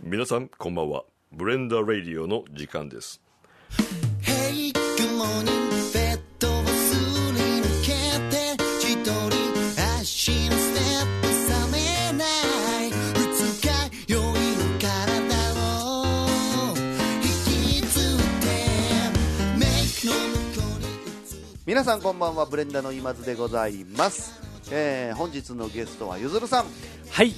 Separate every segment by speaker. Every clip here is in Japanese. Speaker 1: 皆さんこんばんはブレンダーレディオの時間です
Speaker 2: Hey, good morning, ベッドをすり抜けて自撮り足のステップ冷めない二日酔いの体を引きずってメイクの向こうに
Speaker 3: 皆さんこんばんはブレンダーの今津でございます、えー本日のゲストはゆずるさん
Speaker 4: はい。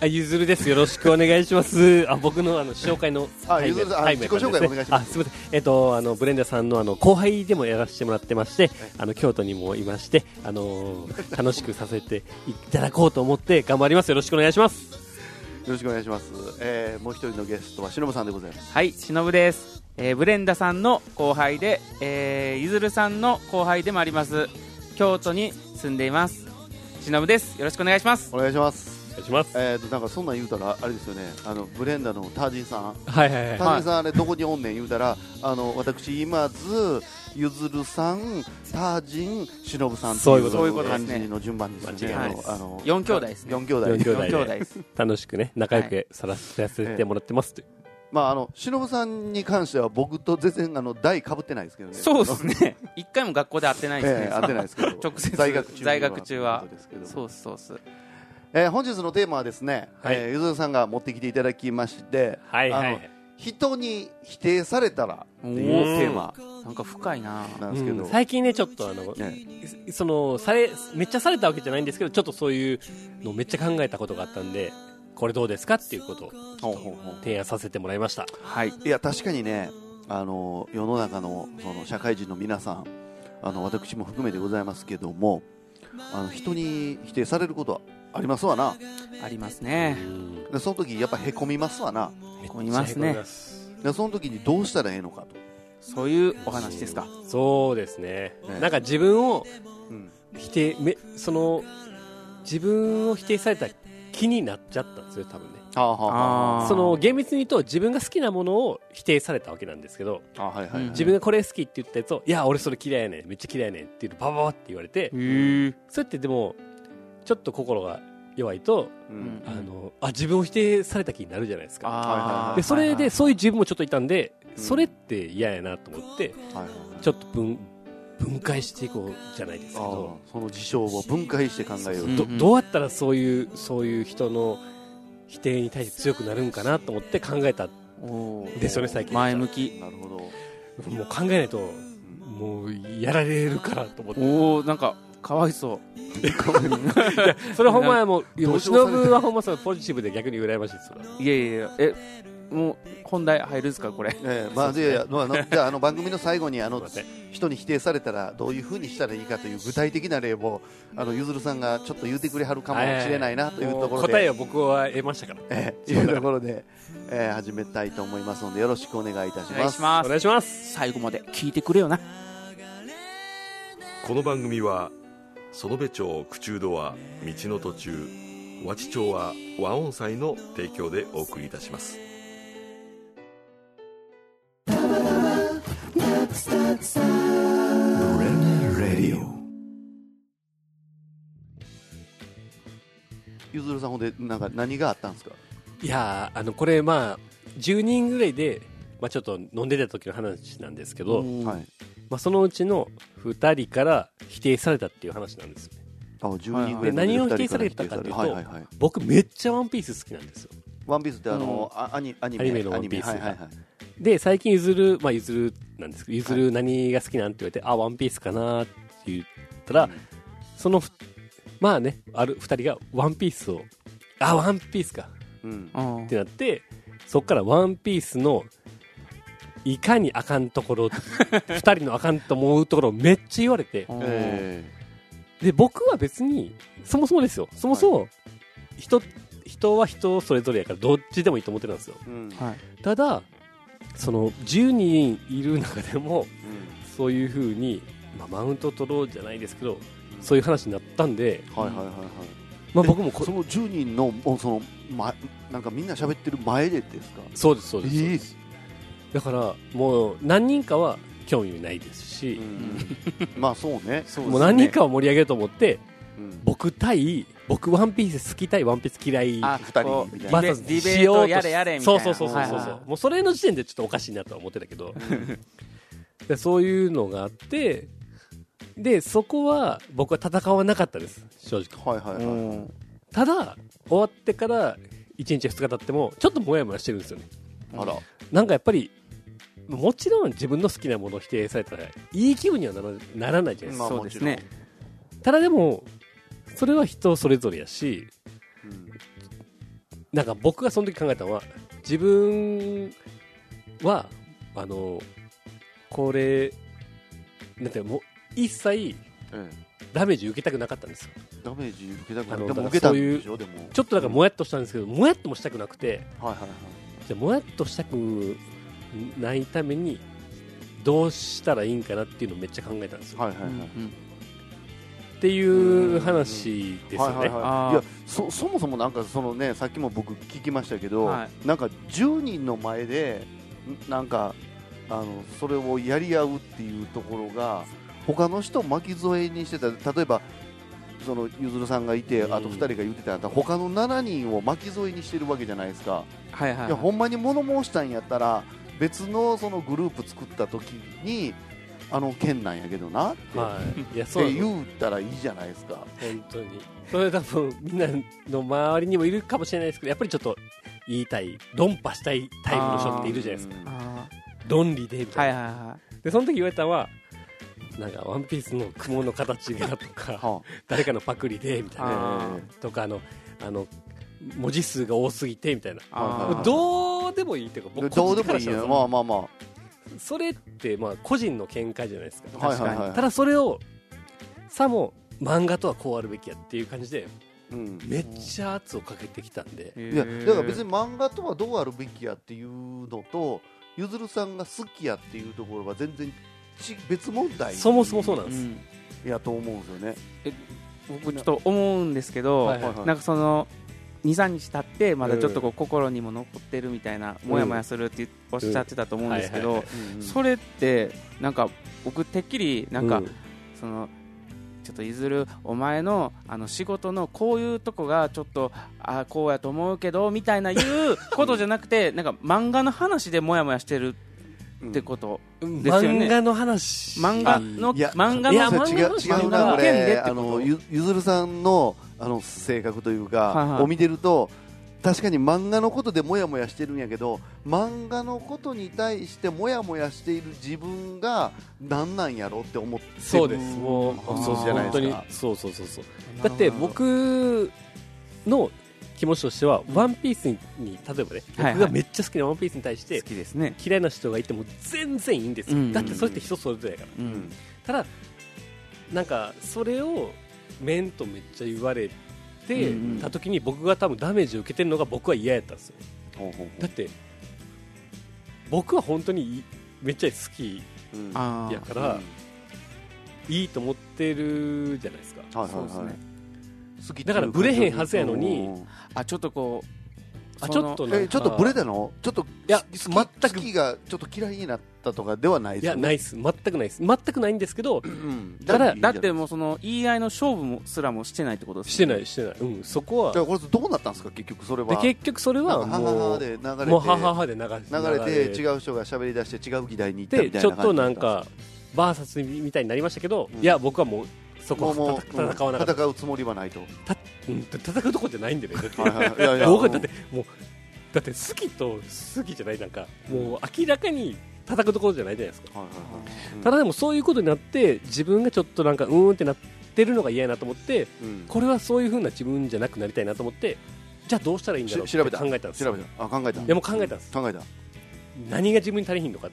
Speaker 4: あ、ゆずるです。よろしくお願いします。あ、僕のあの紹介の
Speaker 3: あ
Speaker 4: タイム
Speaker 3: ゆずるさんあ
Speaker 4: タイムやった
Speaker 3: 自己紹介
Speaker 4: です
Speaker 3: お願いします
Speaker 4: あ、すみません。えっとあのブレンダーさんのあの後輩でもやらせてもらってまして、あの京都にもいまして、あのー楽しくさせていただこうと思って頑張ります。よろしくお願いします。
Speaker 3: よろしくお願いします、えーもう一人のゲストはしのぶさんでございます
Speaker 5: はい、しのぶです。えーブレンダさんの後輩で、えーゆずるさんの後輩でもあります。京都に住んでいます。しのぶです。よろしくお願いします。
Speaker 3: お願いします
Speaker 4: お願いします。
Speaker 3: えーとなんかそんなん言うたらあれですよねあのブレンダーのタージンさん
Speaker 4: はいはいはい。
Speaker 3: タージンさん、あれどこにおんねん言うたらあの私今津ゆずるさんタージンしのぶさんって
Speaker 4: そういうこと
Speaker 5: そういうことです
Speaker 3: 感
Speaker 5: ね
Speaker 3: じの順番ですよね
Speaker 5: 間違い
Speaker 3: あ
Speaker 5: ない
Speaker 3: のあの
Speaker 5: 四兄弟ですね
Speaker 3: 四兄弟
Speaker 4: 四兄弟
Speaker 5: 四兄弟です。
Speaker 4: 楽しくね仲良
Speaker 5: は
Speaker 4: くさらさせてもらってますという。
Speaker 3: まああのしのぶさんに関しては僕と全然あの代かぶってないですけどね
Speaker 5: そうで すね。一回も学校で会ってないですね。
Speaker 3: ええ、当てないですけど
Speaker 5: 直接
Speaker 3: 在学中
Speaker 5: 在学中は
Speaker 3: ということですけ
Speaker 5: そ
Speaker 3: ど
Speaker 5: うっすそうっす。
Speaker 3: えー本日のテーマはですね、
Speaker 4: はい
Speaker 3: えーゆずるさんが持ってきていただきまして、
Speaker 4: はいは
Speaker 3: あの
Speaker 4: い。
Speaker 3: 人に否定されたら
Speaker 5: お
Speaker 3: っていうテーマ
Speaker 5: なんか深いな。
Speaker 3: なんですけど、
Speaker 4: うん最近ねちょっとあの、
Speaker 3: ね
Speaker 4: そのされめっちゃされたわけじゃないんですけどちょっとそういうのをめっちゃ考えたことがあったんでこれどうですかっていうことを
Speaker 3: ほうほうほう
Speaker 4: 提案させてもらいました
Speaker 5: はい。
Speaker 3: いや確かにねあの世の中のその社会人の皆さんあの私も含めてございますけどもあの人に否定されることはありますわな
Speaker 5: ありますね。
Speaker 3: でその時やっぱへこみますわな
Speaker 5: こいますね
Speaker 4: めっちゃへこみます
Speaker 3: でその時にどうしたらええのかと、
Speaker 5: そういうお話ですか。
Speaker 4: そうですね
Speaker 3: ね
Speaker 4: なんか自分を
Speaker 3: うん
Speaker 4: 否定めその自分を否定された気になっちゃったんですよ多分ね
Speaker 3: はあはあは
Speaker 5: あー
Speaker 4: その厳密に言うと自分が好きなものを否定されたわけなんですけど
Speaker 3: ああはいはい、はい
Speaker 5: うん
Speaker 4: 自分がこれ好きって言ったやつを「いや俺それ嫌いやねんめっちゃ嫌いやねん」っていうのバババって言われて
Speaker 5: へえ。
Speaker 4: そうやってでもちょっと心が弱いと、
Speaker 3: うん
Speaker 4: あのあ自分を否定された気になるじゃないですか
Speaker 3: あー
Speaker 4: でそれでそうい
Speaker 5: い
Speaker 4: う自分もちょっといたんで、
Speaker 3: うん
Speaker 4: それって嫌やなと思って
Speaker 3: はいはいはい
Speaker 4: ちょっと分分解していこうじゃないですけ
Speaker 3: ああ
Speaker 4: ど
Speaker 3: その事象を分解して考えよう、
Speaker 5: うん
Speaker 4: どどうやったらそういうそういう人の否定に対して強くなるんかなと思って考えたん
Speaker 5: う
Speaker 4: ですよね最近
Speaker 5: 前向き。
Speaker 3: なるほど、
Speaker 4: もう考えないともうやられるからと思って
Speaker 5: おおなんかかわいそう。
Speaker 4: それはほんまやもういやも
Speaker 3: 同
Speaker 4: う
Speaker 3: 情されてる
Speaker 4: 忍はほんまそのポジティブで逆に羨まし いですそれはい
Speaker 5: やいやいやえもう本題入るんですかこれ。
Speaker 3: ええまあ、じゃあまああのじゃああの番組の最後にあの
Speaker 4: すいません
Speaker 3: 人に否定されたらどういうふうにしたらいいかという具体的な例をあのゆずるさんがちょっと言ってくれはるかもしれないなというところで、
Speaker 4: 答えを僕は得ましたから
Speaker 3: ええいうところで、ええ始めたいと思いますのでよろしくお願いいたし
Speaker 5: お願
Speaker 3: ま
Speaker 5: い
Speaker 3: す
Speaker 5: しま
Speaker 4: お
Speaker 5: す。
Speaker 4: 願いします
Speaker 5: 最後まで聞いてくれよな。
Speaker 1: この番組は園部町口中堂は道の途中和知町は和音祭の提供でお送りいたします
Speaker 3: ゆずるさんほんでなんか何があったんですか
Speaker 4: いやーあのこれまあ10人ぐらいで、まあ、ちょっと飲んでた時の話なんですけど、
Speaker 3: はい
Speaker 4: まあ、そのうちの2人から否定されたっていう話なんですよね
Speaker 3: あ10人ぐらいの
Speaker 4: で何を
Speaker 3: 二人
Speaker 4: 否定されたかというと
Speaker 3: はいはいはい、
Speaker 4: 僕めっちゃワンピース好きなんですよ
Speaker 3: ワンピースってあの、あアニアニメ
Speaker 4: アニメのワンピース
Speaker 3: アニメはいはいはい
Speaker 4: で最近譲るまあ譲るなんですけど譲る何が好きなんって言われて、あワンピースかなーって言ったら、そのふまあねある2人がワンピースをあワンピースか
Speaker 3: うん
Speaker 5: うん
Speaker 4: ってなってそっから「ワンピースのいかにあかんところ 2人のあかんと思うところをめっちゃ言われて
Speaker 3: え
Speaker 4: で僕は別にそもそもですよそもそも人,、人は人それぞれやからどっちでもいいと思ってたんですよ
Speaker 3: えうん
Speaker 5: はい。
Speaker 4: ただその10人いる中でもそういうふうに、まあ、マウント取ろうじゃないですけどそういう話になったんで、
Speaker 3: はいはいはいはい
Speaker 4: まあ、僕もこ
Speaker 3: その10人のもうその、ま、なんかみんな喋ってる前でですか
Speaker 4: そうですそうですそう
Speaker 3: ええ
Speaker 4: です、だからもう何人かは興味ないですし、
Speaker 3: まあそうね
Speaker 5: そうですね
Speaker 4: もう何人かを盛り上げると思って、
Speaker 3: うん
Speaker 4: 僕対僕ワンピース好きたいワンピース嫌い
Speaker 5: あ
Speaker 3: 二人
Speaker 5: こう
Speaker 3: みた
Speaker 5: デ
Speaker 3: い
Speaker 4: バ
Speaker 5: ィ
Speaker 4: ー
Speaker 5: ベ
Speaker 4: サス
Speaker 5: ディベ
Speaker 4: し
Speaker 5: ー
Speaker 4: よう
Speaker 5: ト
Speaker 4: と
Speaker 5: やれやれみたい
Speaker 4: そう
Speaker 5: な
Speaker 4: そうそうそうそう、
Speaker 5: はいはい
Speaker 4: もうそれの時点でちょっとおかしいなとは思ってたけ どでそういうのがあってでそこは僕は戦わなかったです正直
Speaker 3: はいはいはい
Speaker 4: ただ終わってから1日2日経ってもちょっとモヤモヤしてるんですよね
Speaker 3: あら
Speaker 4: なんかやっぱりもちろん自分の好きなものを否定されたらいい気分にはならならないじゃないですか、
Speaker 3: まあ
Speaker 5: そうですね
Speaker 4: ただでもそれは人それぞれやし
Speaker 3: うん
Speaker 4: なんか僕がその時考えたのは自分はあのこれなんていうのもう一切
Speaker 3: え
Speaker 4: ダメージ受けたくなかったんですよ
Speaker 3: えダメージ受けたくな
Speaker 4: あの
Speaker 3: いでも
Speaker 4: だ
Speaker 3: 受け
Speaker 4: から
Speaker 3: た
Speaker 4: そ
Speaker 3: ん
Speaker 4: ういう
Speaker 3: でしょでも
Speaker 4: ちょっとなんかもやっとしたんですけど、もやっともしたくなくて
Speaker 3: はいはいはい
Speaker 4: じゃあもやっとしたくないためにどうしたらいいんかなっていうのをめっちゃ考えたんですよ、
Speaker 3: はいはいは
Speaker 5: う
Speaker 3: い
Speaker 5: んうん
Speaker 4: っていう話ですよね、
Speaker 3: はいはい
Speaker 5: あ
Speaker 3: は
Speaker 5: ー
Speaker 3: い、いやそそもそもなんかそのねさっきも僕聞きましたけど、
Speaker 5: は
Speaker 3: なんか10人の前でんなんかあのそれをやり合うっていうところが他の人を巻き添えにしてた例えばそのゆずるさんがいてあ
Speaker 4: うん
Speaker 3: と2人が言ってたんやったら他の7人を巻き添えにしてるわけじゃないですか、
Speaker 5: はいはい
Speaker 3: いやほんまに物申したんやったら別のそのグループ作った時にあの件なんやけどなって、
Speaker 4: はい、いやそう
Speaker 3: っ
Speaker 4: な
Speaker 3: て
Speaker 4: の
Speaker 3: 言ったらいいじゃないですか。
Speaker 4: 本当にそれ多分みんなの周りにもいるかもしれないですけどやっぱりちょっと言いたい論破したいタイプの人っているじゃないですか
Speaker 3: うん
Speaker 5: あ
Speaker 4: 論理でみ
Speaker 5: ーは
Speaker 4: たい
Speaker 5: い
Speaker 4: な、
Speaker 5: はいは
Speaker 4: でその時言われたのはなんか「ワンピースの雲の形が」とか
Speaker 3: は
Speaker 4: 「誰かのパクリで」みたい
Speaker 3: あ
Speaker 4: な
Speaker 5: あー
Speaker 3: え
Speaker 4: とかあのあの文字数が多すぎてみたいな
Speaker 5: あー
Speaker 4: どうでもいいっていうか
Speaker 3: え
Speaker 4: 僕
Speaker 3: どうで
Speaker 4: 個
Speaker 3: もい
Speaker 4: 人から
Speaker 3: い
Speaker 4: したら
Speaker 3: よ
Speaker 4: そ
Speaker 3: まあ
Speaker 4: の
Speaker 3: まあまあ
Speaker 4: それってまあ個人の見解じゃないですか
Speaker 3: はい
Speaker 5: 確か
Speaker 3: はい
Speaker 5: に
Speaker 3: はい
Speaker 4: ただそれをさも漫画とはこうあるべきやっていう感じで
Speaker 3: うん
Speaker 4: めっちゃ圧をかけてきたんで、
Speaker 5: い
Speaker 3: いやだから別に漫画とはどうあるべきやっていうのとゆずるさんが好きやっていうところは全然ち別問題
Speaker 4: そもそもそうなん
Speaker 5: う
Speaker 4: です、
Speaker 5: ん
Speaker 3: やと思うんですよね
Speaker 5: 僕ちょっと思うんですけど、
Speaker 4: はいはい
Speaker 3: はい
Speaker 5: なんかその23日経ってまだちょっとこう心にも残ってるみたいな、
Speaker 4: ん
Speaker 5: もやもやするっておっしゃってたと思うんですけど、
Speaker 4: うんはい
Speaker 5: それってなんか僕てっきりなんか、
Speaker 4: う
Speaker 5: そのちょっといずるお前のあの仕事のこういうとこがちょっとあこうやと思うけどみたいないう ことじゃなくてなんか漫画の話でもやもやしてるってこと、ですよね
Speaker 4: 漫画の話
Speaker 5: 漫画の
Speaker 3: いや
Speaker 5: 漫画
Speaker 4: いや漫
Speaker 5: の
Speaker 4: 画
Speaker 3: 違う違う
Speaker 5: 漫画
Speaker 3: な
Speaker 5: の
Speaker 3: こ
Speaker 5: 件
Speaker 3: れ
Speaker 5: でって
Speaker 3: あ
Speaker 5: こと
Speaker 3: のゆゆずるさんのあの性格というか、
Speaker 5: はいはい
Speaker 3: を見てると確かに漫画のことでもやもやしてるんやけど漫画のことに対してもやもやしている自分が何なんやろって思ってる
Speaker 4: そうですもうそう
Speaker 5: じゃない
Speaker 3: す
Speaker 4: 本当
Speaker 5: で
Speaker 4: に
Speaker 3: か
Speaker 4: そうそうそうそう
Speaker 5: なる
Speaker 4: だ
Speaker 5: ほ
Speaker 4: っ
Speaker 5: ど
Speaker 4: て僕の気持ちとしては「ワンピースに例えばね
Speaker 5: はいはい
Speaker 4: 僕がめっちゃ好きな「ワンピースに対し
Speaker 5: 好
Speaker 4: て
Speaker 5: きですね、
Speaker 4: 嫌いな人がいても全然いいんです
Speaker 5: うん
Speaker 4: よ
Speaker 5: うん
Speaker 4: だってそれって人それぞれやから
Speaker 5: うん
Speaker 4: ただなんかそれを面とめっちゃ言われて
Speaker 5: うんうん
Speaker 4: た時に僕が多分ダメージを受けてるのが僕は嫌やったんですよ
Speaker 3: ほうほうほう
Speaker 4: だって僕は本当にいめっちゃ好き
Speaker 3: うん
Speaker 5: あー
Speaker 4: やからいいと思ってるじゃないですか
Speaker 3: はい
Speaker 5: そう
Speaker 3: は
Speaker 5: です
Speaker 3: いは
Speaker 5: ね
Speaker 3: い好き
Speaker 4: だからブレへんはずやのに
Speaker 3: うん
Speaker 5: あちょっとこう
Speaker 4: あ
Speaker 5: そ
Speaker 4: ち
Speaker 5: の
Speaker 4: ょっとなんか
Speaker 3: えちょっとブレたのちょっと
Speaker 4: いや
Speaker 3: 好き
Speaker 4: 全く
Speaker 3: 好きがちょっと嫌いになったとかではない
Speaker 4: い
Speaker 3: です
Speaker 4: や
Speaker 3: よ
Speaker 4: な
Speaker 3: ね
Speaker 4: いっす全くないです全くないんですけど
Speaker 3: うん
Speaker 4: だから
Speaker 5: だってもうその言い合いの勝負もすらもしてないってことです
Speaker 4: してない
Speaker 5: い
Speaker 4: してない、うん、そこ
Speaker 3: だか
Speaker 4: は
Speaker 3: らこれどうなったんですか結局それ
Speaker 4: で
Speaker 3: は
Speaker 4: 結局それ
Speaker 3: なん
Speaker 4: は
Speaker 3: かはは
Speaker 4: も
Speaker 3: は
Speaker 4: う
Speaker 3: で流れて
Speaker 4: もうはははで流れ
Speaker 3: 流れて
Speaker 4: う
Speaker 3: 違う人が喋り出して違う議題に行った
Speaker 4: で
Speaker 3: みたい
Speaker 4: ちょ
Speaker 3: な
Speaker 4: っと
Speaker 3: 感じだ
Speaker 4: な
Speaker 3: った
Speaker 4: ん
Speaker 3: です
Speaker 4: かバーサスみたいになりましたけど、
Speaker 3: うん
Speaker 4: いや僕はもうそ
Speaker 3: も
Speaker 4: こ
Speaker 3: うも
Speaker 4: は
Speaker 3: う
Speaker 4: 戦戦わなかった
Speaker 3: 戦うつもりはないと
Speaker 4: うん戦うとこじゃないんでねだって
Speaker 3: はいはいいやいや
Speaker 4: 僕はだってもうだって好きと好きじゃないなんかもう明らかに叩くところじゃないじゃないですか
Speaker 3: はいはいはい
Speaker 4: ただでもそういうことになって自分がちょっとなんかうーんってなってるのが嫌やなと思って
Speaker 3: うん
Speaker 4: これはそういう風な自分じゃなくなりたいなと思ってじゃあどうしたらいいんだろうっ
Speaker 3: して調
Speaker 4: 考
Speaker 3: べ
Speaker 4: え
Speaker 3: た
Speaker 4: たんです
Speaker 3: 調
Speaker 4: よ
Speaker 3: べたあ考えた
Speaker 4: でも考えたんです
Speaker 3: 考えた
Speaker 4: 何が自分に足りひんのか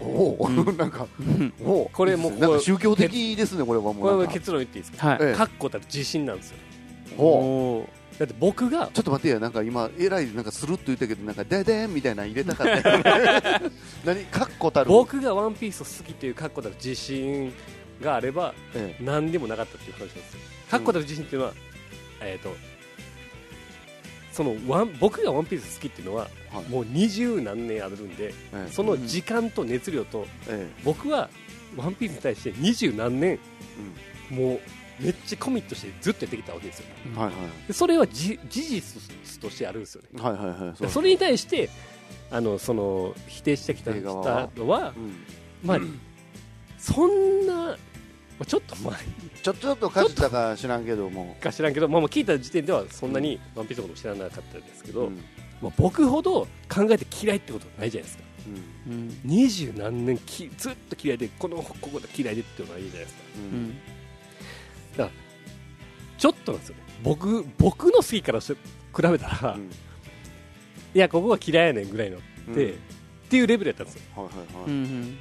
Speaker 3: おお
Speaker 5: う
Speaker 3: なんか
Speaker 4: おこれもう
Speaker 3: なん
Speaker 4: こ
Speaker 3: か
Speaker 4: う
Speaker 3: 宗教的ですねこれはも
Speaker 4: これ
Speaker 3: うな
Speaker 4: も
Speaker 3: んか
Speaker 4: 結論言っていいですか
Speaker 5: はい
Speaker 3: ええ
Speaker 4: 確固たる自信なんですよ
Speaker 3: ほう
Speaker 5: おー
Speaker 4: だって僕が
Speaker 3: ちょっと待ってよなんか今えらいなんかスルッと言ったけどなんかででんみたいなの入れたかったよね何かっこたる
Speaker 4: 僕が「ワンピースを好きという確固たる自信があれば
Speaker 3: ええ
Speaker 4: 何でもなかったっていう話なんですよ確固たる自信っていうのは、えっ、とそのワン僕が「ワンピース好きっていうのは
Speaker 3: はい
Speaker 4: もう二十何年あるんで
Speaker 3: ええ
Speaker 4: その時間と熱量と
Speaker 3: え
Speaker 4: 僕は「ワンピースに対して二十何年
Speaker 3: えうん
Speaker 4: もうめっちゃコミットしてずっとやってきたわけですよ
Speaker 3: はい
Speaker 4: でそれはじ事実としてあるんですよね
Speaker 3: はいはいはいはい
Speaker 4: そうそれに対してあのその否定してきた
Speaker 3: 否定
Speaker 4: 人
Speaker 3: 側
Speaker 4: は
Speaker 3: は、うん
Speaker 4: まあ、そんな、まあ、ちょっと前
Speaker 3: ちょちょっとかじったか知らんけども
Speaker 4: か知らんけど、まあ、もう聞いた時点ではそんなに「ワンピースのこと知らなかったですけど、
Speaker 3: うん
Speaker 4: まあ、僕ほど考えて嫌いってことないじゃないですか
Speaker 3: うん
Speaker 5: うん
Speaker 4: 二十何年きずっと嫌いでこのここで嫌いでっていうのはいいじゃないですか
Speaker 3: うん
Speaker 4: ちょっとなんですよね僕僕の好きからして比べたら、
Speaker 3: う
Speaker 4: い
Speaker 3: ん
Speaker 4: やここが嫌いやねんぐらいのって、
Speaker 3: うん
Speaker 4: っていうレベルやったんですよ
Speaker 3: はいはい
Speaker 5: うんう
Speaker 3: はい
Speaker 5: ん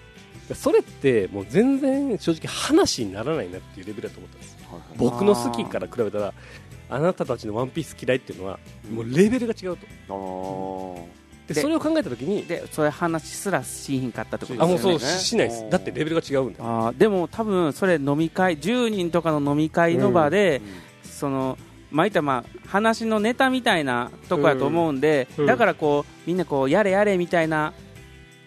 Speaker 4: それってもう全然正直話にならないなっていうレベルだと思ったんです
Speaker 3: はいはい
Speaker 4: 僕の好きから比べたらあなたたちの「ワンピース嫌いっていうのはもうレベルが違うと
Speaker 3: あー
Speaker 4: で
Speaker 5: で
Speaker 4: それを考えた時に
Speaker 5: でそういう話すらしひんかったってこと
Speaker 4: あ
Speaker 5: です
Speaker 4: も
Speaker 5: よ
Speaker 3: で
Speaker 4: うそう
Speaker 5: ね
Speaker 3: すよね
Speaker 4: ししないで
Speaker 3: う
Speaker 4: す
Speaker 3: ん
Speaker 4: だってレベルが違うんだよ
Speaker 5: あーでも多分それ飲み会10人とかの飲み会の場で、そのまあ言ったらまあ話のネタみたいなとこやと思うんで、
Speaker 4: うんうん
Speaker 5: だからこうみんなこうやれやれみたいな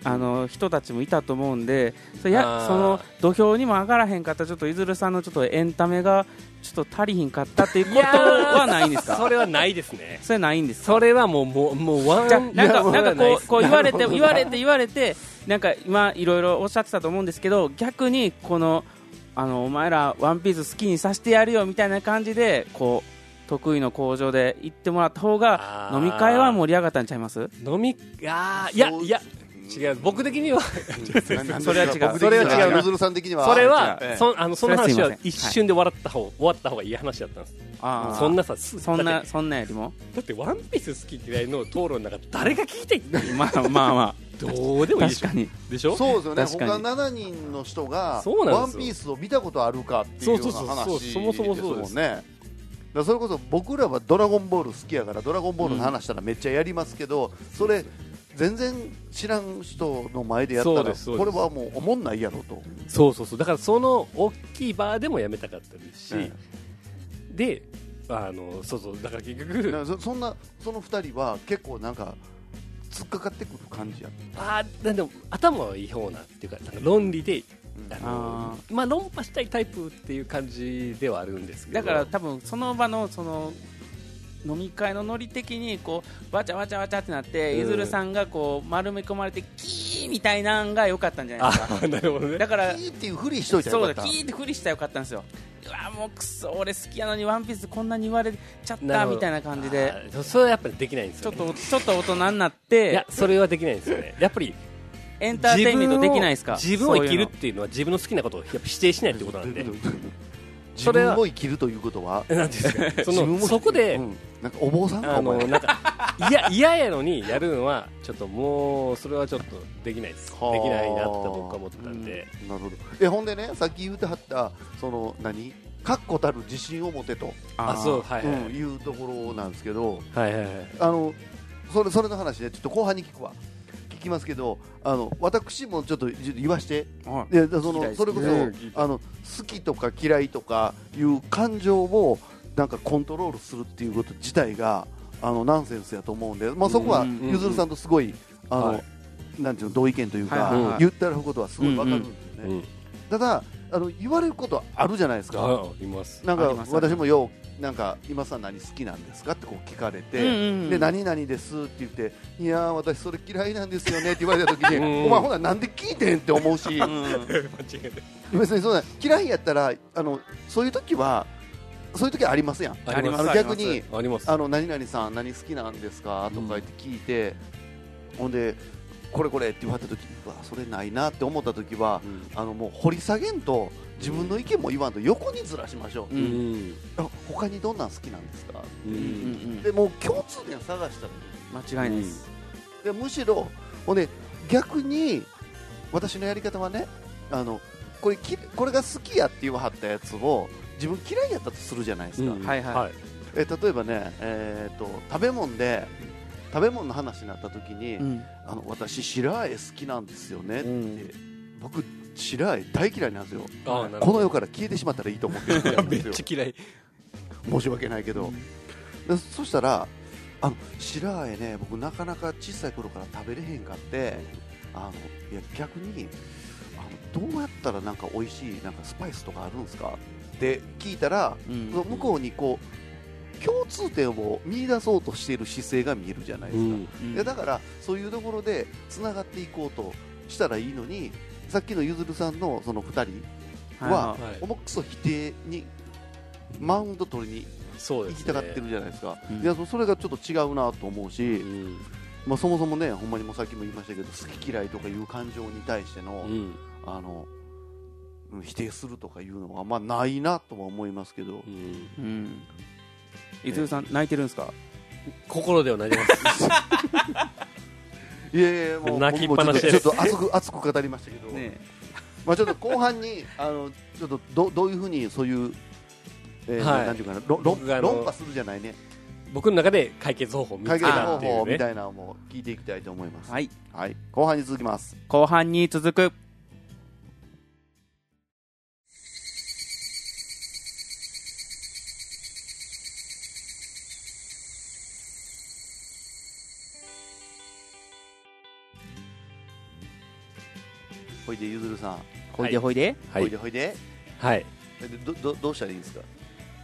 Speaker 5: あの人たちもいたと思うんでそれ
Speaker 4: あ
Speaker 5: や
Speaker 4: ー
Speaker 5: その土俵にも上がらへんかったちょっといずるさんのちょっとエンタメがちょっと足りひんかったっていうことはないんですか
Speaker 4: それはないですね
Speaker 5: それないんですか
Speaker 4: それはもうもうもうワン
Speaker 5: じゃあなんか
Speaker 4: それ
Speaker 5: な
Speaker 4: は
Speaker 5: ん
Speaker 4: ないで
Speaker 5: かこ
Speaker 4: す
Speaker 5: うこう言われ
Speaker 4: な
Speaker 5: て
Speaker 4: るほど
Speaker 5: 言われて言われてなんか今いろいろおっしゃってたと思うんですけど逆にこのあのお前らワンピース好きにさせてやるよみたいな感じでこう得意の工場で行ってもらった方が
Speaker 4: あー
Speaker 5: 飲み会は盛り上がったんちゃいます
Speaker 4: 飲みあーいや
Speaker 3: そう
Speaker 4: いや違う僕的には
Speaker 5: それは違う
Speaker 4: それは違うな
Speaker 3: ゆずるさん的には
Speaker 4: それは
Speaker 5: じゃあ
Speaker 4: そんあのその話
Speaker 5: それ
Speaker 4: は
Speaker 5: はすいません
Speaker 4: 一瞬で笑った方、終わった方がいい話だったんです
Speaker 5: あー
Speaker 4: そんなさす
Speaker 5: そん
Speaker 4: だっ
Speaker 5: な
Speaker 4: て
Speaker 5: そんなよりも
Speaker 4: だってワンピース好き嫌いの討論なんか誰が聞いてんの
Speaker 5: まあまあま
Speaker 4: どう で
Speaker 5: あ
Speaker 4: もいいで
Speaker 5: 確
Speaker 4: しょ
Speaker 5: かに
Speaker 4: でしょ
Speaker 3: そうですよね
Speaker 5: 確かに
Speaker 3: 他7人の人が「
Speaker 4: そうな
Speaker 3: ワ
Speaker 4: んで
Speaker 3: ン
Speaker 4: すよ
Speaker 3: ピースを見たことあるかっていうような
Speaker 4: そうそうそう
Speaker 3: 話
Speaker 4: そうそもそもそうです
Speaker 3: ですもんねだからそれこそ僕らは「ドラゴンボール」好きやから「ドラゴンボール」の話したらめっちゃやりますけど、それ全然知らん人の前でやった
Speaker 4: そう
Speaker 3: ら
Speaker 4: ですそうで
Speaker 3: こ
Speaker 4: す
Speaker 3: れはもうおもんないやろと、
Speaker 4: そうそうそうだからその大きいバーでもやめたかったですし、
Speaker 3: え
Speaker 4: であのそうそうだから結
Speaker 3: だか
Speaker 4: 局
Speaker 3: らそそんなその2人は結構なんか突っかかってくる感じやった
Speaker 4: あーなんでも頭はいい方なっていうかなんか論理で、
Speaker 3: うん
Speaker 4: あのまあ、論破したいタイプっていう感じではあるんですけど
Speaker 5: だから多分その場のその飲み会のノリ的にこうわちゃわちゃわちゃってなって、
Speaker 4: うん
Speaker 5: ゆずるさんがこう丸め込まれてキーみたいなんが良かったんじゃない
Speaker 4: あ
Speaker 5: ですか
Speaker 4: ーなるほどね
Speaker 5: だから
Speaker 3: キーっていうふりしといたらよ
Speaker 5: そう
Speaker 3: かっ
Speaker 5: だ
Speaker 3: た
Speaker 5: キーってふりしたらよかったんですようわもうくそ俺好きやのに「ワンピースこんなに言われちゃっ
Speaker 4: なる
Speaker 5: た
Speaker 4: ほど
Speaker 5: みたいな感じで
Speaker 4: あーそれはやっぱりできないんです
Speaker 5: ちょ
Speaker 4: よ、
Speaker 5: っ
Speaker 4: ね、
Speaker 5: とちょっと大人になっ
Speaker 4: いや
Speaker 5: て
Speaker 4: それはできないんですよねやっぱり
Speaker 5: エンターテインメントできないですか
Speaker 4: 自分を自分を生きるっ
Speaker 5: そういう
Speaker 4: ていうのは自分の好きなことをやっぱ否定しないってことなんで
Speaker 3: 自
Speaker 4: それは
Speaker 3: 分を生きるということは
Speaker 4: なんていうんですかそ
Speaker 3: 自分
Speaker 4: の
Speaker 3: も
Speaker 4: そこで、
Speaker 3: うんなんかお坊さんか
Speaker 4: あ
Speaker 3: お
Speaker 4: の
Speaker 3: 前
Speaker 4: なんかいや嫌やのにやるのはちょっともうそれはちょっとできないですでき
Speaker 3: はあ
Speaker 4: ないなって僕は思ったんで、
Speaker 3: なるほどえほんでねさっき言うてはったその何確固たる自信を持てと、
Speaker 5: の
Speaker 4: あそうはいはい、
Speaker 3: うんいうところなんですけど
Speaker 4: はいはいはい
Speaker 3: あのそれそれの話でちょっと後半に聞くわ聞きますけどあの私もちょっとちょっと言わして
Speaker 5: はい
Speaker 3: やそ
Speaker 5: 聞きた
Speaker 3: の
Speaker 5: いです
Speaker 3: それこそ、
Speaker 4: うん聞い
Speaker 3: あの好きとか嫌いとかいう感情をなんかコントロールするっていうこと自体があのナンセンスやと思うんで、まあ、そこは
Speaker 5: うんうん
Speaker 4: うん
Speaker 3: ゆずるさんとすごい、あの
Speaker 4: はい
Speaker 3: なんていうの同意見というか、
Speaker 5: はい
Speaker 4: はいはい
Speaker 3: 言ったらことはすごいわかるんですよね、
Speaker 4: うん
Speaker 3: ただあの言われることあるじゃないですか、
Speaker 4: あいます
Speaker 3: なん
Speaker 5: あ
Speaker 3: か
Speaker 5: ります
Speaker 3: 私もようなんか今さん何好きなんですかってこう聞かれて、
Speaker 5: うんうんうん
Speaker 3: で何々ですって言っていやー私それ嫌いなんですよねって言われた時 に、
Speaker 4: うん
Speaker 3: お前ほななんで聞いてんって思うし
Speaker 5: うん
Speaker 3: 別にそうだ嫌いやったらあのそういう時はそういう時はありますやん
Speaker 4: ありま
Speaker 3: あ
Speaker 4: す
Speaker 3: の
Speaker 5: あり
Speaker 3: 逆
Speaker 5: ます
Speaker 3: に
Speaker 4: あります
Speaker 3: あの何々さん何好きなんですかとか言って聞いて、ほんでこれこれって言われた時うわそれないなって思った時は
Speaker 4: うん
Speaker 3: あのもう掘り下げんと自分の意見も言わんと横にずらしましょう、
Speaker 5: うん
Speaker 3: あ他にどんなん好きなんですか
Speaker 4: うんう
Speaker 5: うんうんん
Speaker 3: でもう共通点探したらい
Speaker 5: うん間違いないです
Speaker 3: いでむしろほんで逆に私のやり方はねあのこれきこれが好きやって言わはったやつを自分嫌いやったとするじゃないですか、
Speaker 4: うん
Speaker 5: はいはい
Speaker 4: はい
Speaker 3: え例えばね、えー、と食べ物で食べ物の話になった時に、
Speaker 5: うん
Speaker 3: あの私白あえ好きなんですよねって、
Speaker 5: うん
Speaker 3: 僕白あえ大嫌いなんですよ
Speaker 4: あーなる
Speaker 3: こ
Speaker 4: ほ
Speaker 3: の世から消えてしまったらいいと思ってるん
Speaker 4: どめ
Speaker 3: で
Speaker 4: っ
Speaker 3: すよ
Speaker 4: ちゃ嫌い
Speaker 3: 申し訳ないけど、でそしたらあの白あえね僕なかなか小さい頃から食べれへんかってあのいや逆にあのどうやったらなんか美味しいなんかスパイスとかあるんですかってって聞いたら、
Speaker 5: うん
Speaker 3: その向こうにこう共通点を見出そうとしている姿勢が見えるじゃないで
Speaker 4: う
Speaker 3: すか、
Speaker 4: ん
Speaker 5: うん
Speaker 3: いやだからそういうところでつながっていこうとしたらいいのにさっきのゆずるさんのその2人は
Speaker 4: はいはい
Speaker 3: 重くそ否定にマウント取りに
Speaker 4: そうで
Speaker 3: 行
Speaker 4: す
Speaker 3: き
Speaker 4: ね
Speaker 3: たがってるじゃないですか
Speaker 5: うん
Speaker 3: いやそそれがちょっと違うなと思う
Speaker 4: う
Speaker 3: し、
Speaker 4: ん
Speaker 3: まあ、そもそもねほんまにもうさっきも言いましたけど好き嫌いとかいう感情に対して
Speaker 4: う
Speaker 3: の,、
Speaker 4: ん
Speaker 3: あのうん否定するとかいうのはあんまないなとは思いますけど
Speaker 4: う。ん
Speaker 5: うん伊豆さん泣いてるんですか
Speaker 4: 心ではなります
Speaker 3: いやいやもう
Speaker 4: 泣きっぱ
Speaker 3: 僕も
Speaker 4: なしで
Speaker 3: ちょ
Speaker 4: す
Speaker 3: っとちょっと熱く熱く語りましたけど、
Speaker 5: ね
Speaker 3: まあ、ちょっと後半にあのちょっとどどういうふうにそういう、えー
Speaker 4: はい
Speaker 3: なんていうかな論論
Speaker 4: 僕があの
Speaker 3: 論破するじゃないね
Speaker 4: 僕の中で解決方法を見つ
Speaker 3: 解
Speaker 4: け
Speaker 3: 決
Speaker 4: た
Speaker 3: 方
Speaker 4: ってい
Speaker 3: 法
Speaker 4: う
Speaker 3: み
Speaker 4: ね
Speaker 3: たいなのも聞いていきたいと思います、
Speaker 5: はい
Speaker 3: はい、後半に続きます
Speaker 5: 後半に続く
Speaker 3: ほいでゆずるさん、
Speaker 5: ほいでほいで
Speaker 4: は
Speaker 3: ほい
Speaker 4: い
Speaker 3: でほいで
Speaker 4: はい
Speaker 3: えどどどうしたらいいんですか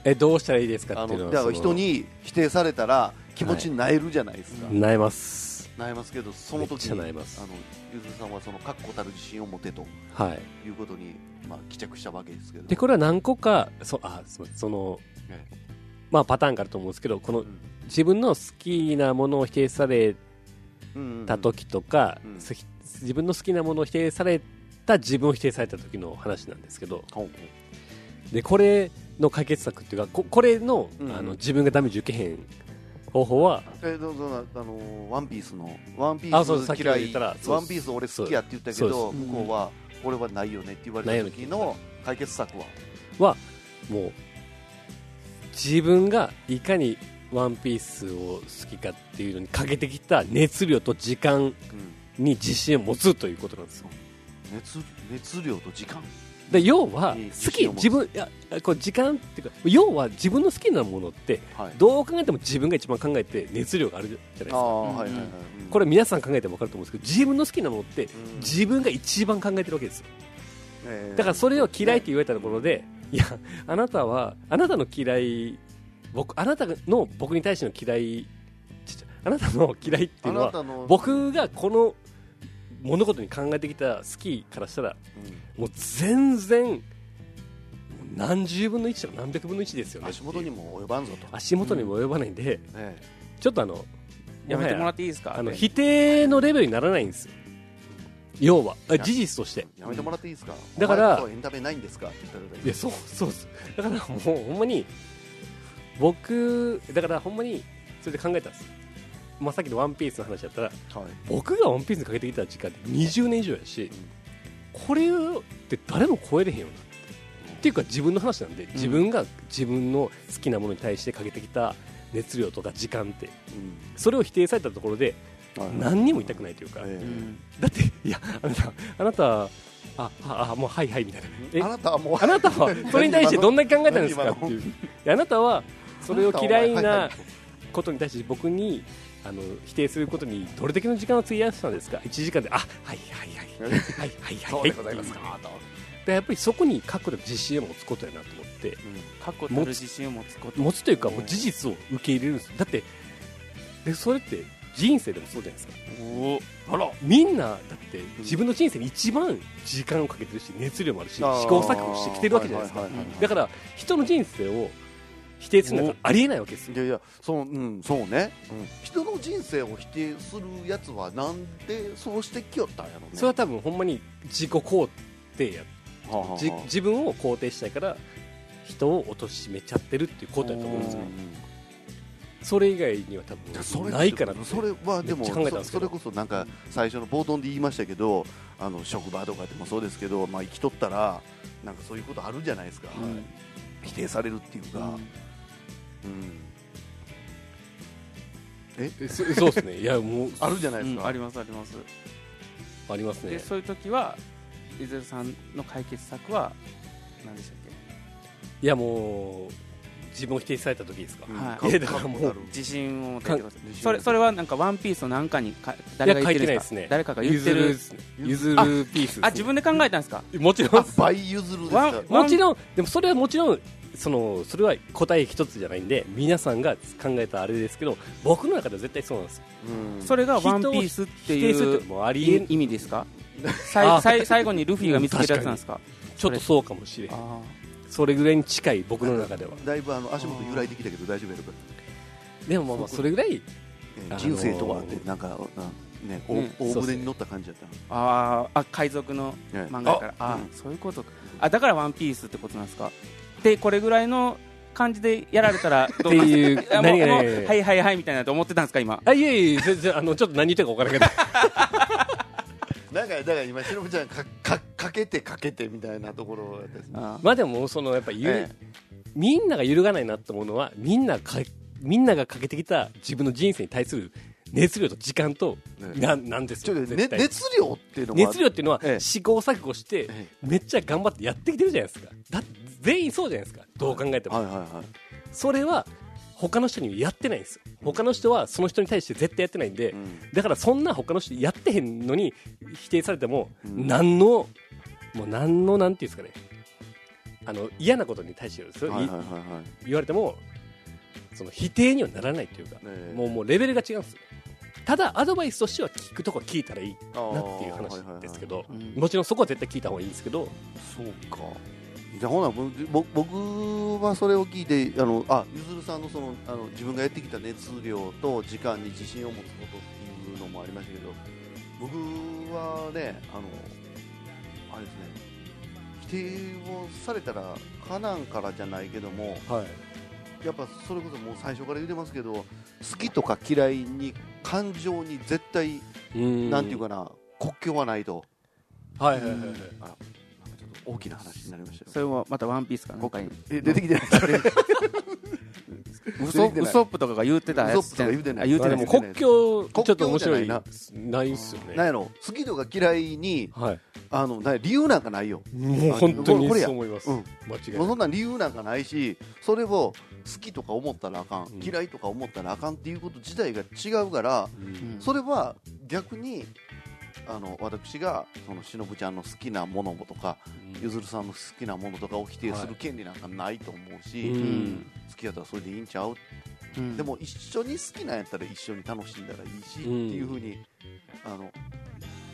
Speaker 4: えどうしたらいいですか
Speaker 3: あ
Speaker 4: っていうの
Speaker 3: の
Speaker 4: は
Speaker 3: だか
Speaker 4: そ
Speaker 3: ら
Speaker 4: の
Speaker 3: 人に否定されたら気持ちになえるじゃないですか、
Speaker 4: なえます
Speaker 3: なえますけどその時に
Speaker 4: めっちゃなえます
Speaker 3: あのゆずるさんはその確固たる自信を持てと
Speaker 4: はい
Speaker 3: いうことに、まあ、帰着したわけですけど
Speaker 4: でこれは何個かそあすみませんその
Speaker 3: はい
Speaker 4: まあパターンがあると思うんですけどこの
Speaker 3: うん
Speaker 4: 自分の好きなものを否定され
Speaker 3: うんうん
Speaker 4: た時とか、
Speaker 3: うん
Speaker 4: す自分の好きなものを否定された自分を否定された時の話なんですけど
Speaker 3: ほうほ
Speaker 4: でこれの解決策っていうかここれの,、
Speaker 3: うんうん
Speaker 4: あの自分がダメージ受けへん方法は
Speaker 3: えーどうぞなあのーワンピースのワンピ
Speaker 4: あそう
Speaker 3: ー
Speaker 4: さっ
Speaker 3: ス
Speaker 4: きも
Speaker 3: 嫌
Speaker 4: 言っ
Speaker 3: い
Speaker 4: たらそうです
Speaker 3: ワンピース俺好きやって言ったけど
Speaker 4: そう
Speaker 5: です
Speaker 3: 向こうは俺はないよねって言われた時
Speaker 4: ないよ
Speaker 3: の解決策は
Speaker 4: はもう自分がいかにワンピースを好きかっていうのにかけてきた熱量と時間
Speaker 3: うん
Speaker 4: に自信を持つということなんですよ
Speaker 3: 熱熱量と時間
Speaker 4: で要は
Speaker 3: い
Speaker 4: い好
Speaker 3: 自信
Speaker 4: き
Speaker 3: を持つ
Speaker 4: 自分いやこう時間っていうか要は自分の好きなものって
Speaker 3: はい
Speaker 4: どう考えても自分が一番考えて熱量があるじゃないで
Speaker 3: あ
Speaker 4: すか
Speaker 3: あ
Speaker 5: うん
Speaker 3: はいはいはいうん
Speaker 4: これ皆さん考えても分かると思うんですけど自分の好きなものって
Speaker 3: うん
Speaker 4: 自分が一番考えてるわけですよ
Speaker 3: えー
Speaker 4: だからそれを嫌いって言われたところでいやあなたはあなたの嫌い僕あなたの僕に対しての嫌いちょちょあなたの嫌いって
Speaker 3: あ
Speaker 4: いうの
Speaker 3: な
Speaker 4: は
Speaker 3: たの
Speaker 4: 僕がこの物事に考えてきた好きからしたら
Speaker 3: うん
Speaker 4: もう全然何十分の1とか何百分の1ですよね
Speaker 3: 足元にも及ばんぞと
Speaker 4: 足元にも及ばないんで、
Speaker 3: ね
Speaker 4: ちょっとあの
Speaker 5: やめてもらってていいですか
Speaker 4: あの否定のレベルにならないんですよ要はあ事実として
Speaker 3: やめてもらっていいですか
Speaker 4: だから
Speaker 3: お前こそエンタメないんですかって言ったら
Speaker 4: いやそうそうですだからもうほんまに僕だからほんまにそれで考えたんです、まあ、さっきの「ワンピースの話だったら
Speaker 3: はい
Speaker 4: 僕が「ワンピースにかけてきた時間って20年以上やしこれって誰も超えれへんよなっていうか自分の話なんで自分が自分の好きなものに対してかけてきた熱量とか時間ってそれを否定されたところで
Speaker 3: うん
Speaker 4: 何にも痛くないというか、
Speaker 3: えー
Speaker 5: うん
Speaker 4: だっていやあなたあなたあああもうはいはいみたいなえ
Speaker 3: あなたはもう
Speaker 4: あなたはそれに対してどんだけ考えたんですか
Speaker 3: 何
Speaker 4: っ
Speaker 3: 今
Speaker 4: て
Speaker 3: の
Speaker 4: いうであなたはそれを嫌い
Speaker 3: あたは
Speaker 4: な
Speaker 3: お前
Speaker 4: ことに対して僕にあの否定することにどれだけの時間を費やしたんですか1時間であはいはいはいはいはいはい
Speaker 3: そう
Speaker 4: はい
Speaker 3: でございますかと
Speaker 4: でやっぱりそこに確固たる自信を持つことやなと思って
Speaker 5: 確固たる自信を持つこと
Speaker 4: 持つというかもう事実を受け入れるんですだってでそれって人生でもそうじゃないですか
Speaker 5: お
Speaker 3: あら
Speaker 4: みんなだって自分の人生に一番時間をかけてるし熱量もあるし試
Speaker 3: あー
Speaker 4: 行錯誤してきてるわけじゃないですか
Speaker 3: はいはいはいはい
Speaker 4: だから人の人生を否定するなんてありえないわけです
Speaker 3: い
Speaker 4: よ
Speaker 3: やいやそのうんそうね、人の人生を否定するやつはなんでそうしてきよったんやろね
Speaker 4: それは多分ほんまに自己肯定や
Speaker 3: はあはあ
Speaker 4: じ自分を肯定したいから人を貶めちゃってるっていうことやと思うんですよ
Speaker 5: おー
Speaker 4: それ以外には多
Speaker 3: いやそれ
Speaker 4: 分ないから
Speaker 3: それはでも
Speaker 4: めっちゃ考えたんで
Speaker 3: そ
Speaker 4: す
Speaker 3: そ
Speaker 4: け
Speaker 3: れ
Speaker 4: ど
Speaker 3: こそなんか最初の冒頭で言いましたけどあの職場とかでもそうですけど、まあ、生きとったらなんかそういうことあるじゃないですか、
Speaker 5: うん
Speaker 3: 否定されるっていうか、うん
Speaker 4: えそそうですねいやもう
Speaker 3: あるじゃないで
Speaker 5: う
Speaker 3: す
Speaker 5: ん
Speaker 3: か、
Speaker 5: ありますあります
Speaker 4: あります
Speaker 5: で
Speaker 4: ね
Speaker 5: そういう時は伊豆さんの解決策は何でしたっ
Speaker 4: いやもう自分を否定された時ですか、
Speaker 5: はい
Speaker 4: やだからもう
Speaker 3: なる
Speaker 5: 自信を持ってってこと
Speaker 3: か
Speaker 5: それそれはなんか「ワンピースのなんかにか誰が言ってるんですか
Speaker 4: いや書いてないですね
Speaker 5: 誰かが言っ
Speaker 4: 譲
Speaker 5: て
Speaker 4: る
Speaker 5: る
Speaker 4: 譲るピースですね、
Speaker 5: あ自分で考えたんですか
Speaker 4: もちろん
Speaker 3: 倍譲るですから
Speaker 5: わ
Speaker 4: もちろんでもそれはもちろんそのそれは答え一つじゃないんで皆さんが考えたあれですけど僕の中では絶対そうなんです
Speaker 3: うん
Speaker 5: それが「ワンピースって
Speaker 4: 否定す
Speaker 5: い
Speaker 4: るっ
Speaker 5: う
Speaker 4: てもうありえん
Speaker 5: 意味ですかさい
Speaker 4: あ
Speaker 5: さい最後にルフィが見つけたやつなんですか
Speaker 4: ちょっとそうかもしれん
Speaker 5: あ
Speaker 4: それぐらいに近い僕の中では
Speaker 3: だいぶあの足元揺らいできたけど大丈夫やろか
Speaker 4: でもまあまあそれぐらい
Speaker 3: えー
Speaker 4: あのー
Speaker 3: 人生とはってなんか、うんね、
Speaker 5: ね
Speaker 3: お大
Speaker 4: そうっす
Speaker 3: 船
Speaker 4: ね
Speaker 3: に乗った感じだったの
Speaker 5: ーあーあ海賊の
Speaker 3: ええ
Speaker 5: 漫画やからああーそういうことかあだから「ワンピースってことなんですかでこれぐらいの感じでやられたらどうなんですか
Speaker 4: っていう
Speaker 5: あも
Speaker 4: 何
Speaker 5: う
Speaker 4: が
Speaker 5: もう
Speaker 4: 何が
Speaker 5: はいはいはいみたいなと思ってたんですか今
Speaker 4: あいえいえ全然あのちょっと何言ってるか分 からなかっ
Speaker 3: なんかだから今しのぶちゃんかかかけてかけてみたいなところですね
Speaker 5: あ
Speaker 4: たまあでもそのやっぱゆる、
Speaker 3: え
Speaker 4: みんなが揺るがないなと思うのはみんなかみんながかけてきた自分の人生に対する熱量と時間と、
Speaker 3: え
Speaker 4: ななんです
Speaker 3: ちょっ
Speaker 4: よ
Speaker 3: とね
Speaker 4: 絶対
Speaker 3: 熱量っていうのは
Speaker 4: 熱量っていうのは
Speaker 3: ええ
Speaker 4: 試行錯誤して
Speaker 3: え
Speaker 4: めっちゃ頑張ってやってきてるじゃないですかだって全員そうじゃないですかどう考えて
Speaker 3: は
Speaker 4: も
Speaker 3: いはいはい
Speaker 4: それは他の人にやってないんですよ他の人はその人に対して絶対やってないんで
Speaker 3: うん
Speaker 4: だからそんな他の人やってへんのに否定されても
Speaker 3: うん
Speaker 4: 何のもう何のなんていうんですかねあの嫌なことに対してですよ
Speaker 3: はい
Speaker 4: い
Speaker 3: はいはいはいね
Speaker 4: 言われてもその否定にはならないというか
Speaker 3: え
Speaker 4: もうもうレベルが違うんですよただアドバイスとしては聞くとこ聞いたらいい
Speaker 3: あー
Speaker 4: なっていう話ですけど
Speaker 5: はいはいはい
Speaker 4: もちろんそこは絶対聞いた方がいいんですけど
Speaker 3: そうかじゃあほなぼぼ僕はそれを聞いてあのあゆずるさんのそのあの自分がやってきた熱量と時間に自信を持つことっていうのもありましたけど僕はねあのあれですね否定をされたらかなんからじゃないけども
Speaker 4: はい
Speaker 3: やっぱそれこそもう最初から言ってますけど好きとか嫌いに感情に絶対なんていうかな国境はないと
Speaker 4: はいはいはいはい
Speaker 3: なんかちょっと大きな話になりましたよ
Speaker 5: それもまた「ワンピースかなんかに
Speaker 3: え出てきてない
Speaker 5: ウ
Speaker 3: 出
Speaker 5: ソ
Speaker 3: てきてない
Speaker 5: ウソップとかが言ってたやつじゃん
Speaker 3: ウソップとか言うてない
Speaker 5: あ言う
Speaker 4: まあ
Speaker 5: て
Speaker 4: で
Speaker 5: ない
Speaker 4: も
Speaker 5: です
Speaker 4: 国境
Speaker 3: 国
Speaker 4: ちょっと面白
Speaker 3: 境
Speaker 4: い
Speaker 3: じゃない
Speaker 4: ないっすよ
Speaker 3: なん
Speaker 4: ね
Speaker 3: やろ好きとか嫌いに
Speaker 4: はい
Speaker 3: あのなん理由なんかないよ、
Speaker 4: もう本当
Speaker 3: これこれ
Speaker 4: に
Speaker 3: や
Speaker 4: そう思います
Speaker 3: うん
Speaker 4: 間違い
Speaker 3: もう
Speaker 4: な
Speaker 3: そ
Speaker 4: い
Speaker 3: んな理由なんかないしそれを好きとか思ったらあかん、
Speaker 4: うん
Speaker 3: 嫌いとか思ったらあかんっていうこと自体が違うから
Speaker 5: うん
Speaker 3: それは逆にあの私がそのしのぶちゃんの好きなものとか、ゆずるさんの好きなものとかを否定する権利なんかないと思うし、
Speaker 4: うん
Speaker 5: うん
Speaker 3: 好きやったらそれでいいんちゃう
Speaker 5: うん
Speaker 3: でも一緒に好きなんやったら一緒に楽しんだらいいし、
Speaker 4: うん
Speaker 3: っていう風にあの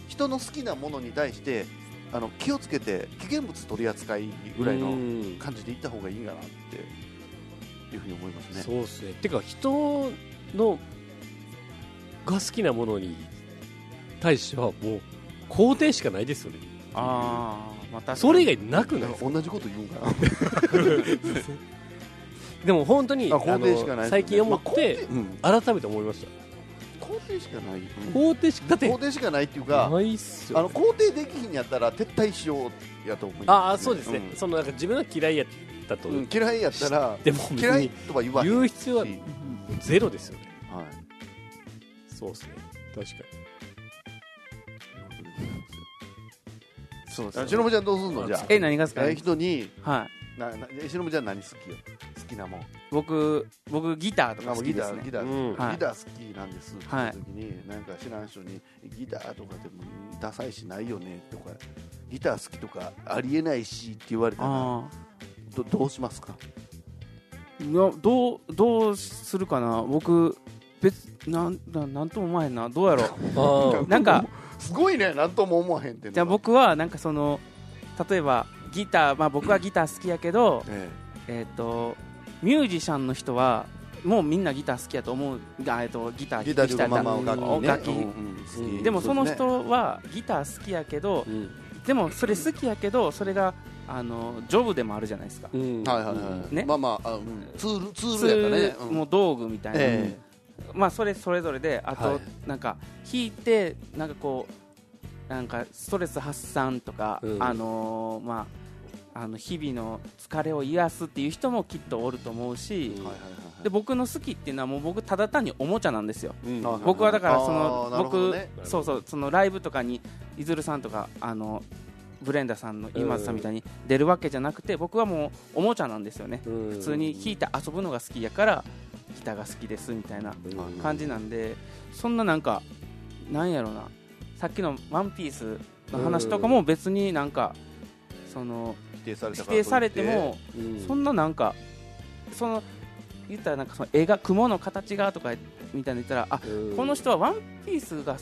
Speaker 3: 人の好きなものに対してあの気をつけて危険物取り扱いぐらいの
Speaker 4: うん
Speaker 3: 感じでいった方がいいんかなっていう風に思いますね。
Speaker 4: そうっすねてか人のが好きなものに対してはもう肯定しかないですよね
Speaker 5: ああまあ確かに
Speaker 4: それ以外なくない
Speaker 3: なん
Speaker 4: です
Speaker 3: か
Speaker 4: か
Speaker 3: 同じこと言うんかな。
Speaker 4: でも本当に
Speaker 3: あ肯定しかないですよね
Speaker 4: あの最近思って
Speaker 3: うん
Speaker 4: 改めて思いました
Speaker 3: 肯定しかない。うん
Speaker 4: 肯定しだって
Speaker 3: 肯定しかないっていうか、
Speaker 4: ないっす
Speaker 3: あ
Speaker 4: よ
Speaker 3: の肯定できひんやったら撤退しようやと思います、
Speaker 4: ああそうですね
Speaker 3: ん
Speaker 4: そのなんか自分は嫌いやったと
Speaker 3: うん嫌いやったら
Speaker 4: でも別に
Speaker 3: 嫌いとは言わへんし
Speaker 4: 言う必要はゼロですよね
Speaker 3: はい
Speaker 4: そうですね確か
Speaker 5: そうです
Speaker 3: あ
Speaker 5: よ
Speaker 3: しのぶちゃんどうすんのじゃあ
Speaker 5: え何がですか
Speaker 3: え人に
Speaker 5: はい
Speaker 3: ななえしのぶちゃん何好きよ好きなもん
Speaker 5: 僕僕ギターとか
Speaker 3: あも
Speaker 5: 好
Speaker 3: う
Speaker 5: き
Speaker 3: ギ
Speaker 5: で
Speaker 3: タ
Speaker 5: す
Speaker 3: ー
Speaker 5: ね
Speaker 3: ギター、
Speaker 4: うん
Speaker 5: はい
Speaker 3: ギター好きなんですって
Speaker 5: はい
Speaker 3: 言う時に、なんか知らん人にギターとかでもダサいしないよねとかギター好きとかありえないしって言われたら
Speaker 5: あ
Speaker 3: どどうしますか
Speaker 5: あいやどうどうするかな僕別なんなんなんとも思わへんなどうやろう
Speaker 4: にあ あ
Speaker 5: なんか
Speaker 3: すごいねなんとも思わへんって
Speaker 5: じゃあ、僕はなんかその例えばギターまあ僕はギター好きやけど
Speaker 3: え
Speaker 5: えっとミュージシャンの人はもうみんなギター好きやと思うがえっとギタ
Speaker 3: え
Speaker 5: ー
Speaker 3: ギターというかまあまあ楽器ね
Speaker 5: お楽器
Speaker 3: うんうん好き
Speaker 5: でもその
Speaker 3: う
Speaker 5: 人はギター好きやけど
Speaker 4: うん
Speaker 5: でもそれ好きやけどそれがあのジョブでもあるじゃないですか
Speaker 4: うん
Speaker 3: ですねはいはいはい、
Speaker 5: ね
Speaker 3: まあまああ、うん、ツールツールやったね、
Speaker 5: 普
Speaker 3: う
Speaker 5: 通
Speaker 3: ん
Speaker 5: もう道具みたいな、
Speaker 3: え
Speaker 5: まあそれそれぞれであと、
Speaker 4: はい
Speaker 5: なんか弾いてなんかこうなんかストレス発散とか、
Speaker 4: うん
Speaker 5: あのーまああの日々の疲れを癒すっていう人もきっとおると思うし、
Speaker 3: えはいはいはいはい
Speaker 5: で僕の好きっていうのはもう僕ただ単におもちゃなんですよ
Speaker 4: うん
Speaker 3: はい
Speaker 5: 僕はだからそ
Speaker 3: あー
Speaker 5: の
Speaker 3: なるほど
Speaker 5: 僕
Speaker 3: ね
Speaker 5: そうそうそのライブとかにいずるさんとかあのブレンダさんの今津さんみたいに出るわけじゃなくて僕はもうおもちゃなんですよね
Speaker 4: 普
Speaker 5: 普通に弾いて遊ぶのが好きやからギターが好きですみたいな感じなんでそんななんかなんやろなさっきの「ワンピースの話とかも別になんかその
Speaker 3: 否定された
Speaker 5: 否
Speaker 3: からといっ
Speaker 5: 定されてもそんななんかその言ったらなんかその絵が雲の形がとかみたいに言ったらあこの人は「ワンピースが好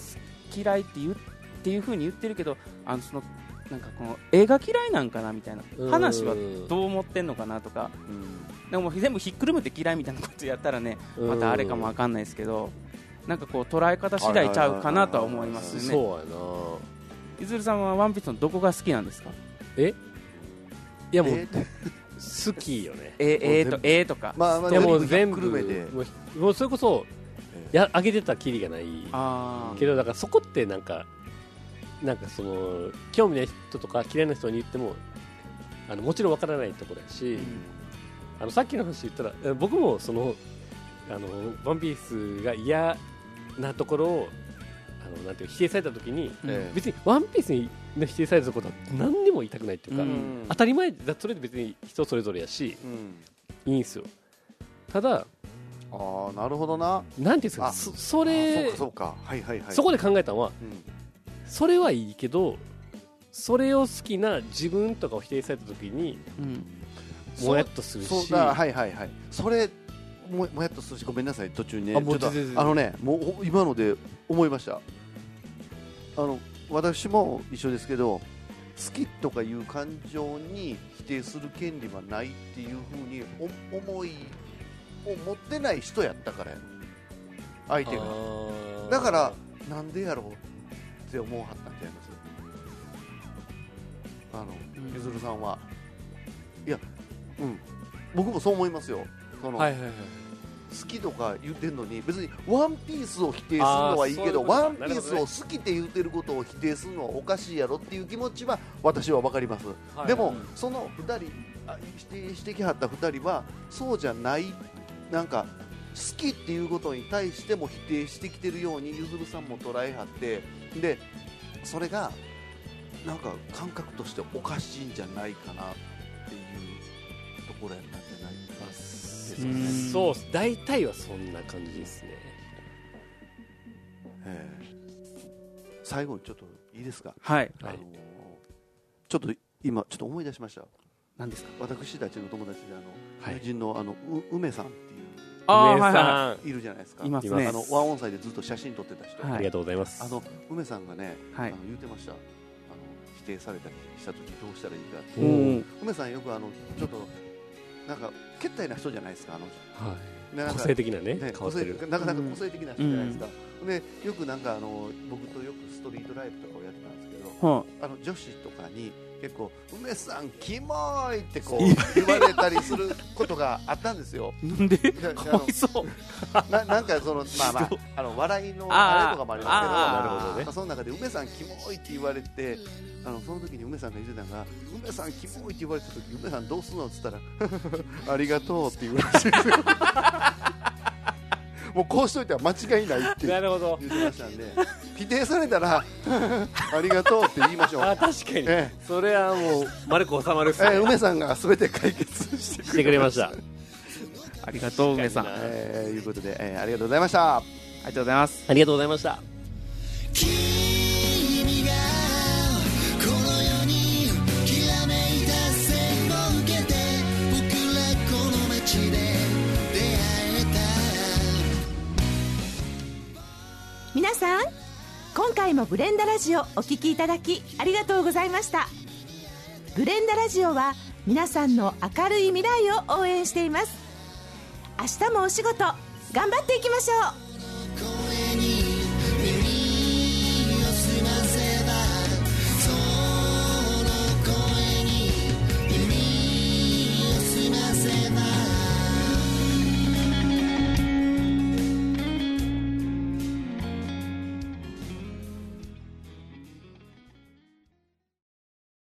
Speaker 5: き嫌いって言うっていう風に言ってるけどあのそのなんかこの絵が嫌いなんかなみたいな話はどう思ってんのかなとかでも全部ひっくるめて嫌いみたいなことやったらねまたあれかもわかんないですけどなんかこう捉え方次第ちゃうかなとは思いま
Speaker 4: ん
Speaker 5: すね
Speaker 4: そうやな
Speaker 5: ゆずるさんは「ワンピースのどこが好きなんですか
Speaker 4: いやもう
Speaker 3: えー
Speaker 4: 好きよね
Speaker 5: ええとえとか
Speaker 3: まあまあ
Speaker 4: いやもう
Speaker 3: 全
Speaker 4: 全
Speaker 3: 部
Speaker 4: 部
Speaker 3: ひっくるめて
Speaker 4: もうもうそれこそ
Speaker 3: え
Speaker 4: や上げてたきりがない
Speaker 5: あ
Speaker 4: けどだからそこってなんかなんかその興味ない人とか嫌いな人に言ってもあのもちろんわからないところだし、あのさっきの話言ったらえ僕もそのあの「ワンピースが嫌なところをあのなんていう否定された時に
Speaker 3: え
Speaker 4: 別に「ワンピースにの否定されたところは何にも言いたくないっていうか、
Speaker 5: うん
Speaker 4: 当たり前だそれで別に人それぞれやし
Speaker 3: うん
Speaker 4: いいんですよただ
Speaker 3: ああなるほどな
Speaker 4: なんていうんですか
Speaker 3: あ
Speaker 4: そそ
Speaker 3: あそう
Speaker 4: れ
Speaker 3: かそうかはいはいはい
Speaker 4: そこで考えたのは
Speaker 3: うん
Speaker 4: それはいいけどそれを好きな自分とかを否定された時に
Speaker 5: うん
Speaker 4: もやっとするし
Speaker 3: そうだはいはいはいそれももやっとするしごめんなさい途中ね
Speaker 4: あもう
Speaker 3: ちょっと
Speaker 4: 全然
Speaker 3: あのねもうお今ので思いましたあの私も一緒ですけど好きとかいう感情に否定する権利はないっていうふうにお思いを持ってない人やったからや相手が
Speaker 4: あー
Speaker 3: だからなんでやろうって思うはったんちゃいますあの
Speaker 5: うん
Speaker 3: ゆずるさんはいやうん僕もそう思いますよその、
Speaker 4: はいはいはい
Speaker 3: 好きとか言ってんのに別に「ワンピースを否定するのはいいけど「
Speaker 4: あーそういうことか
Speaker 3: ワンピースを好きって言ってることを否定するのはおかしいやろっていう気持ちは私は分かります、
Speaker 4: はい
Speaker 3: でもその2人あ否定してきはった2人はそうじゃないなんか好きっていうことに対しても否定してきてるようにゆずるさんも捉えはってでそれがなんか感覚としておかしいんじゃないかなっていうところやったんじゃないかな
Speaker 4: そう
Speaker 5: うん
Speaker 4: そう大体はそんな感じですね
Speaker 3: ええ最後にちょっといいですか、
Speaker 5: はい
Speaker 4: はい
Speaker 3: あのーちょっと今ちょっと思い出しました
Speaker 5: 何ですか
Speaker 3: 私たちの友達であの、
Speaker 4: は
Speaker 3: 友
Speaker 4: い
Speaker 3: 人のあのう梅さんってい
Speaker 5: あー
Speaker 4: 梅
Speaker 5: はいはいは
Speaker 4: さん
Speaker 3: ういるじゃないですか
Speaker 5: いますね
Speaker 3: あの和音祭でずっと写真撮ってた人、
Speaker 5: はい
Speaker 4: ありがとうございます
Speaker 3: あの梅さんがね、
Speaker 5: はい
Speaker 3: あの言ってましたあの否定されたりした時どうしたらいいかって
Speaker 5: いうん
Speaker 3: 梅さんよくあのちょっとなんかけったいな人じゃないですかあの人
Speaker 4: は
Speaker 3: でないん
Speaker 4: 個
Speaker 3: か
Speaker 4: 性的なね
Speaker 3: ね、
Speaker 4: 変わってる
Speaker 3: 個性なかなか個性的な人じゃないですか、でよくなんかあの僕とよくストリートライブとかをやってたんですけど
Speaker 5: は
Speaker 3: あの女子とかに結構「梅さんキモい!」ってこう言われたりすることがあったんですよ。
Speaker 5: い なんで
Speaker 3: で
Speaker 5: かわいそう
Speaker 3: ななんかそのまあまああの笑いの
Speaker 5: あー
Speaker 3: あれとかもありますけど
Speaker 5: あ
Speaker 4: な
Speaker 5: ー
Speaker 4: るほどね
Speaker 3: その中で「梅さんキモい」って言われてあのその時に梅さんが言ってたのが「梅さんキモい」って言われた時梅さんどうすんのって言ったら「あり がとう」って言うらしいんですよもうこうしといたら間違いないって
Speaker 4: なるほど
Speaker 3: 言ってましたんで否定されたら 「ありがとう」って言いましょう
Speaker 4: あ確かに
Speaker 3: え
Speaker 4: それはもう丸く収まるっす
Speaker 3: えええ
Speaker 4: ね
Speaker 3: 梅さんが全て解決して
Speaker 4: してくれました
Speaker 5: ありがとう梅さんあり
Speaker 3: ええいうことで、ええありがとうございました
Speaker 5: がとうございます
Speaker 4: ありがとうございました
Speaker 2: 君がこの世にきらめいた線を受けて僕らこの街で出会えた
Speaker 6: 皆さん今回も「ブレンダラジオ」お聞きいただきありがとうございましたブレンダラジオは皆さんの明るい未来を応援しています明日もお仕事頑張っていきましょう